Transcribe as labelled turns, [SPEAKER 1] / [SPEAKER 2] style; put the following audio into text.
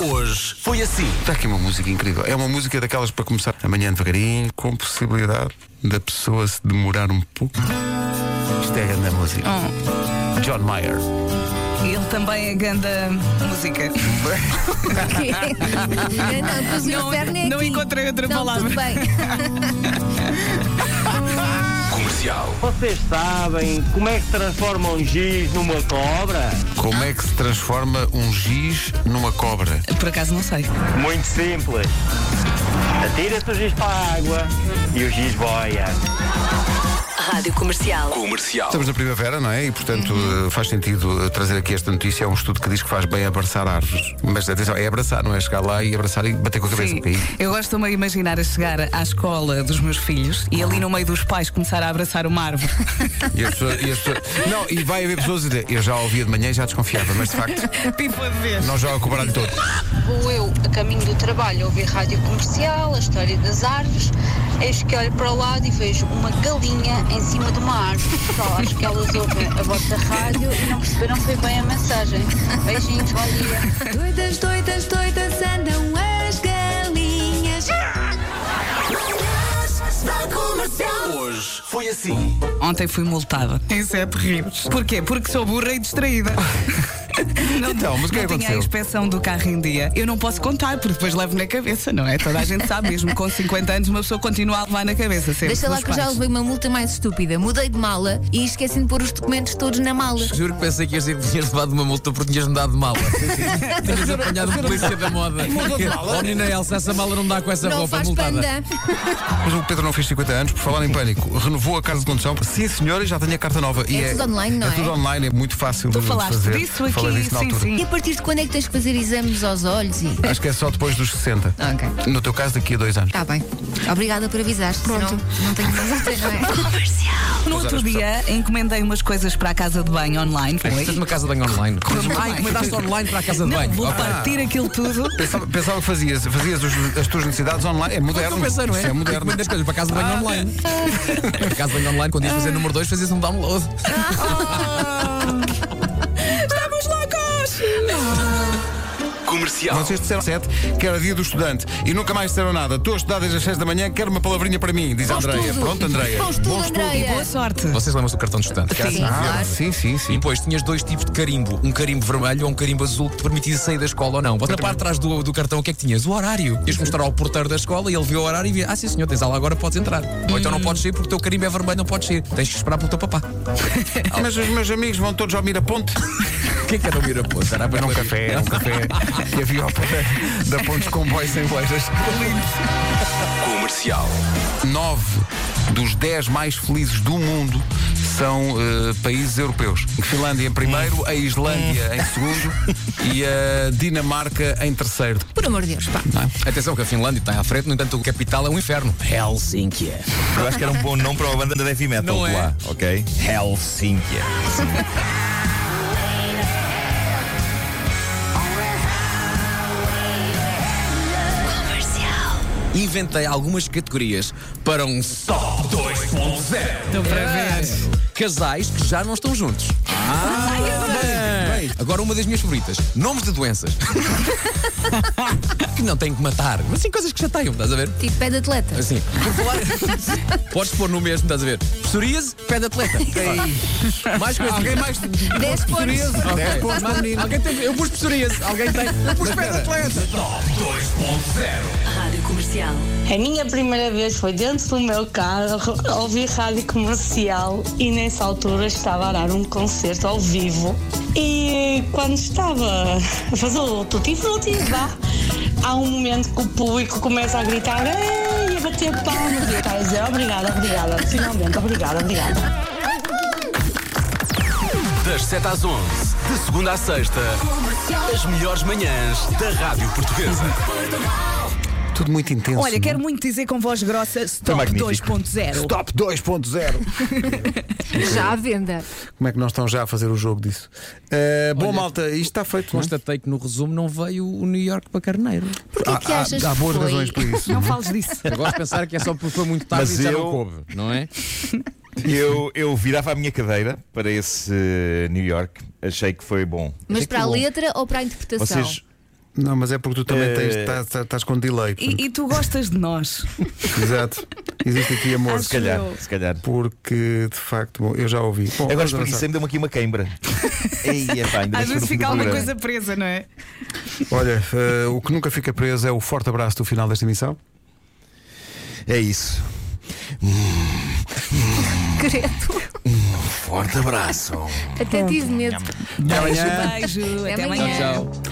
[SPEAKER 1] Hoje foi assim.
[SPEAKER 2] Está Tá aqui uma música incrível. É uma música daquelas para começar amanhã devagarinho, com possibilidade da pessoa se demorar um pouco. Isto é a grande música. John Mayer.
[SPEAKER 3] Ele também é grande música.
[SPEAKER 4] Não, pus o
[SPEAKER 3] Não-
[SPEAKER 4] inferno é
[SPEAKER 3] não
[SPEAKER 4] aqui.
[SPEAKER 3] encontrei outra
[SPEAKER 4] Não,
[SPEAKER 3] palavra.
[SPEAKER 4] Tudo bem.
[SPEAKER 1] Comercial.
[SPEAKER 5] Vocês sabem como é que transformam giz numa cobra?
[SPEAKER 2] Como é que se transforma um giz numa cobra?
[SPEAKER 3] Por acaso não sei.
[SPEAKER 5] Muito simples. Atira-se o giz para a água e o giz boia.
[SPEAKER 6] Rádio Comercial.
[SPEAKER 1] Comercial.
[SPEAKER 2] Estamos na primavera, não é? E portanto eh, faz sentido eh, trazer aqui esta notícia. É um estudo que diz que faz bem abraçar árvores. Mas atenção, é abraçar, não é chegar lá e abraçar e bater com a cabeça.
[SPEAKER 3] Sim,
[SPEAKER 2] Aí,
[SPEAKER 3] eu gosto de me imaginar a chegar à escola dos meus filhos e ali no meio dos pais começar a abraçar uma árvore.
[SPEAKER 2] E as pessoas, e as pessoas- Não, e vai haver pessoas a dizer, eu já ouvia de manhã e já desconfiava, mas de facto,
[SPEAKER 3] Pipo Tipo a vez.
[SPEAKER 2] nós já cobramos todo.
[SPEAKER 7] Vou eu, a caminho do trabalho, ouvir rádio comercial, a história das árvores. Eis que olho para o lado e vejo uma galinha em cima de uma árvore. Só acho que elas ouvem a voz da rádio e não perceberam foi bem a mensagem. Beijinhos, bom dia.
[SPEAKER 4] Doidas, doidas, doidas andam as galinhas.
[SPEAKER 1] Hoje foi assim.
[SPEAKER 3] Ontem fui multada. Em sete rios. Porquê? Porque sou burra e distraída. Não,
[SPEAKER 2] Então, mas o que é
[SPEAKER 3] não
[SPEAKER 2] que
[SPEAKER 3] tinha a
[SPEAKER 2] aconteceu?
[SPEAKER 3] inspeção do carro em dia. Eu não posso contar, porque depois levo na cabeça, não é? Toda a gente sabe, mesmo com 50 anos, uma pessoa continua a levar na cabeça sempre.
[SPEAKER 4] Deixa lá
[SPEAKER 3] dos
[SPEAKER 4] que eu já
[SPEAKER 3] pais.
[SPEAKER 4] levei uma multa mais estúpida. Mudei de mala e esqueci de pôr os documentos todos na mala.
[SPEAKER 8] Juro que pensei que ias dizer que tinhas levado uma multa porque tinhas mudado de mala. tinhas apanhado a polícia da moda. Mudou de mala? Oh, menina Elsa, essa mala não dá com essa
[SPEAKER 4] Não
[SPEAKER 8] roupa
[SPEAKER 4] faz
[SPEAKER 8] multada.
[SPEAKER 4] panda.
[SPEAKER 2] Mas o Pedro não fez 50 anos, por falar em pânico, renovou a carta de condução. Sim, senhora, já tenho a carta nova. E
[SPEAKER 4] É tudo online, não é?
[SPEAKER 2] tudo online, é muito fácil
[SPEAKER 3] Tu
[SPEAKER 2] de
[SPEAKER 3] falaste
[SPEAKER 2] fazer.
[SPEAKER 3] disso aqui,
[SPEAKER 2] Falei disso na
[SPEAKER 3] sim,
[SPEAKER 2] altura.
[SPEAKER 3] sim.
[SPEAKER 4] E a partir de quando é que tens que fazer exames aos olhos? E...
[SPEAKER 2] Acho que é só depois dos 60.
[SPEAKER 4] Ok.
[SPEAKER 2] No teu caso, daqui a dois anos.
[SPEAKER 4] Tá bem. Obrigada por avisar. Pronto. Senão, não tenho mais multas, não é?
[SPEAKER 3] No outro dia, encomendei umas coisas para a casa de banho online. Foi.
[SPEAKER 8] Tens uma casa de banho online.
[SPEAKER 3] bem.
[SPEAKER 8] Ai, encomendaste online para a casa de
[SPEAKER 3] Não,
[SPEAKER 8] banho.
[SPEAKER 3] vou
[SPEAKER 8] Ok.
[SPEAKER 3] partir aquilo tudo.
[SPEAKER 2] Pensava, pensava que fazias, fazias os- as tuas necessidades online. É
[SPEAKER 8] Eu
[SPEAKER 2] moderno.
[SPEAKER 8] pensei, não é?
[SPEAKER 2] Isso é moderno.
[SPEAKER 8] Encomendas coisas para a casa de banho online. Para a casa de banho online, quando ias fazer número 2, fazias um download.
[SPEAKER 3] Oh. Estamos loucos!
[SPEAKER 1] Comercial.
[SPEAKER 2] Vocês disseram 7, que era dia do estudante e nunca mais disseram nada. Estou a estudar desde as 6 da manhã, quero uma palavrinha para mim, diz a Andreia. Pronto, Andreia.
[SPEAKER 4] Bom estudo,
[SPEAKER 3] E
[SPEAKER 4] Andréia.
[SPEAKER 3] boa sorte.
[SPEAKER 8] Vocês lembram-se do cartão de estudante?
[SPEAKER 4] Sim, claro.
[SPEAKER 2] Sim, sim,
[SPEAKER 8] E
[SPEAKER 2] sim.
[SPEAKER 8] depois tinhas dois tipos de carimbo, um carimbo vermelho ou um carimbo azul que te permitia sair da escola ou não. Outra parte atrás do, do cartão, o que é que tinhas? O horário. Ias mostrar ao porteiro da escola e ele viu o horário e via, ah sim senhor, tens aula agora, podes entrar. Ou então não podes sair porque o teu carimbo é vermelho, não podes sair. Tens que esperar pelo teu papá.
[SPEAKER 2] Mas os meus amigos vão todos ao Miraponte.
[SPEAKER 8] O que é que era o Mirapô? Será
[SPEAKER 2] Era
[SPEAKER 8] para
[SPEAKER 2] um café, era um café. E havia ao pé da Pontes Comboio sem lojas.
[SPEAKER 1] Comercial.
[SPEAKER 2] Nove dos dez mais felizes do mundo são eh, países europeus. Finlândia em primeiro, a Islândia em segundo e a Dinamarca em terceiro.
[SPEAKER 4] Por amor de Deus, pá.
[SPEAKER 8] Atenção que a Finlândia está à frente, no entanto o capital é um inferno. Helsínquia.
[SPEAKER 9] Eu acho que era um bom nome para uma banda de heavy metal
[SPEAKER 8] Não é?
[SPEAKER 9] lá, ok? Helsínquia.
[SPEAKER 8] Inventei algumas categorias para um só 2.0.
[SPEAKER 3] Estou Então, para ver.
[SPEAKER 8] Casais que já não estão juntos. Ah, bem. Agora uma das minhas favoritas. Nomes de doenças. que não tenho que matar. Mas sim, coisas que já tenho, estás a ver?
[SPEAKER 4] Tipo pé de atleta.
[SPEAKER 8] Assim, por falar. Podes pôr no mesmo, estás a ver? Psoríase, pé de atleta. mais coisas. Alguém mais.
[SPEAKER 4] 10 pontos.
[SPEAKER 8] Ok. Mais- Alguém tem. Eu pus psoríase. Alguém tem. Eu pus pé de atleta.
[SPEAKER 6] Rádio Comercial.
[SPEAKER 10] A minha primeira vez foi dentro do meu carro, a ouvir rádio comercial e nessa altura estava a dar um concerto ao vivo. E quando estava a fazer o tutti frutti, vá, há um momento que o público começa a gritar "Ei!" e a bater palmas e eu estava a dizer obrigada, obrigada, finalmente, obrigada, obrigada.
[SPEAKER 1] Das 7 às 11, de segunda à sexta, as melhores manhãs da Rádio Portuguesa.
[SPEAKER 2] Tudo muito intenso.
[SPEAKER 3] Olha,
[SPEAKER 2] não é?
[SPEAKER 3] quero muito dizer com voz grossa Stop
[SPEAKER 9] magnífico.
[SPEAKER 3] 2.0.
[SPEAKER 2] Top 2.0.
[SPEAKER 4] Já à venda.
[SPEAKER 2] Como é que nós estamos já a fazer o jogo disso? Uh, bom, malta, isto está feito. não é?
[SPEAKER 8] Constatei que no resumo não veio o New York para Carneiro.
[SPEAKER 4] Porquê
[SPEAKER 2] Há-
[SPEAKER 4] que
[SPEAKER 2] há-
[SPEAKER 4] achas
[SPEAKER 2] há boas
[SPEAKER 4] que foi?
[SPEAKER 2] razões para isso.
[SPEAKER 3] Não fales disso.
[SPEAKER 8] Eu gosto de pensar que é só porque foi muito tarde
[SPEAKER 9] tarde Mas
[SPEAKER 8] e
[SPEAKER 9] e
[SPEAKER 8] já
[SPEAKER 9] já não eu-
[SPEAKER 8] não coube, não é?
[SPEAKER 9] Eu, eu virava a minha cadeira para esse eh, New York, achei que foi bom.
[SPEAKER 4] Mas
[SPEAKER 9] Achei que
[SPEAKER 4] para a
[SPEAKER 9] foi bom.
[SPEAKER 4] letra ou para a interpretação?
[SPEAKER 9] Vocês,
[SPEAKER 2] Não, mas é porque tu também
[SPEAKER 9] Eh,
[SPEAKER 2] tens, tá- tá- estás com delay.
[SPEAKER 3] E, e tu gostas de nós.
[SPEAKER 2] Exato. Existe aqui amor.
[SPEAKER 3] Acho Se calhar, eu.
[SPEAKER 9] se calhar.
[SPEAKER 2] Porque, de facto, bom, eu já ouvi. Bom,
[SPEAKER 9] Agora
[SPEAKER 2] vamos avançar.
[SPEAKER 9] espreguicei, me deu-me aqui uma queimbra. Ei, epá, ainda
[SPEAKER 3] Às vezes
[SPEAKER 9] bem que foi
[SPEAKER 3] fica
[SPEAKER 9] no fim do
[SPEAKER 3] alguma
[SPEAKER 9] programa.
[SPEAKER 3] coisa presa, não é?
[SPEAKER 2] Olha, eh, o que nunca fica preso é o forte abraço do final desta emissão.
[SPEAKER 9] É isso.
[SPEAKER 4] Credo.
[SPEAKER 9] Hum, Forte abraço.
[SPEAKER 4] Até tive medo.
[SPEAKER 3] Beijo, até amanhã.
[SPEAKER 8] É.
[SPEAKER 4] amanhã.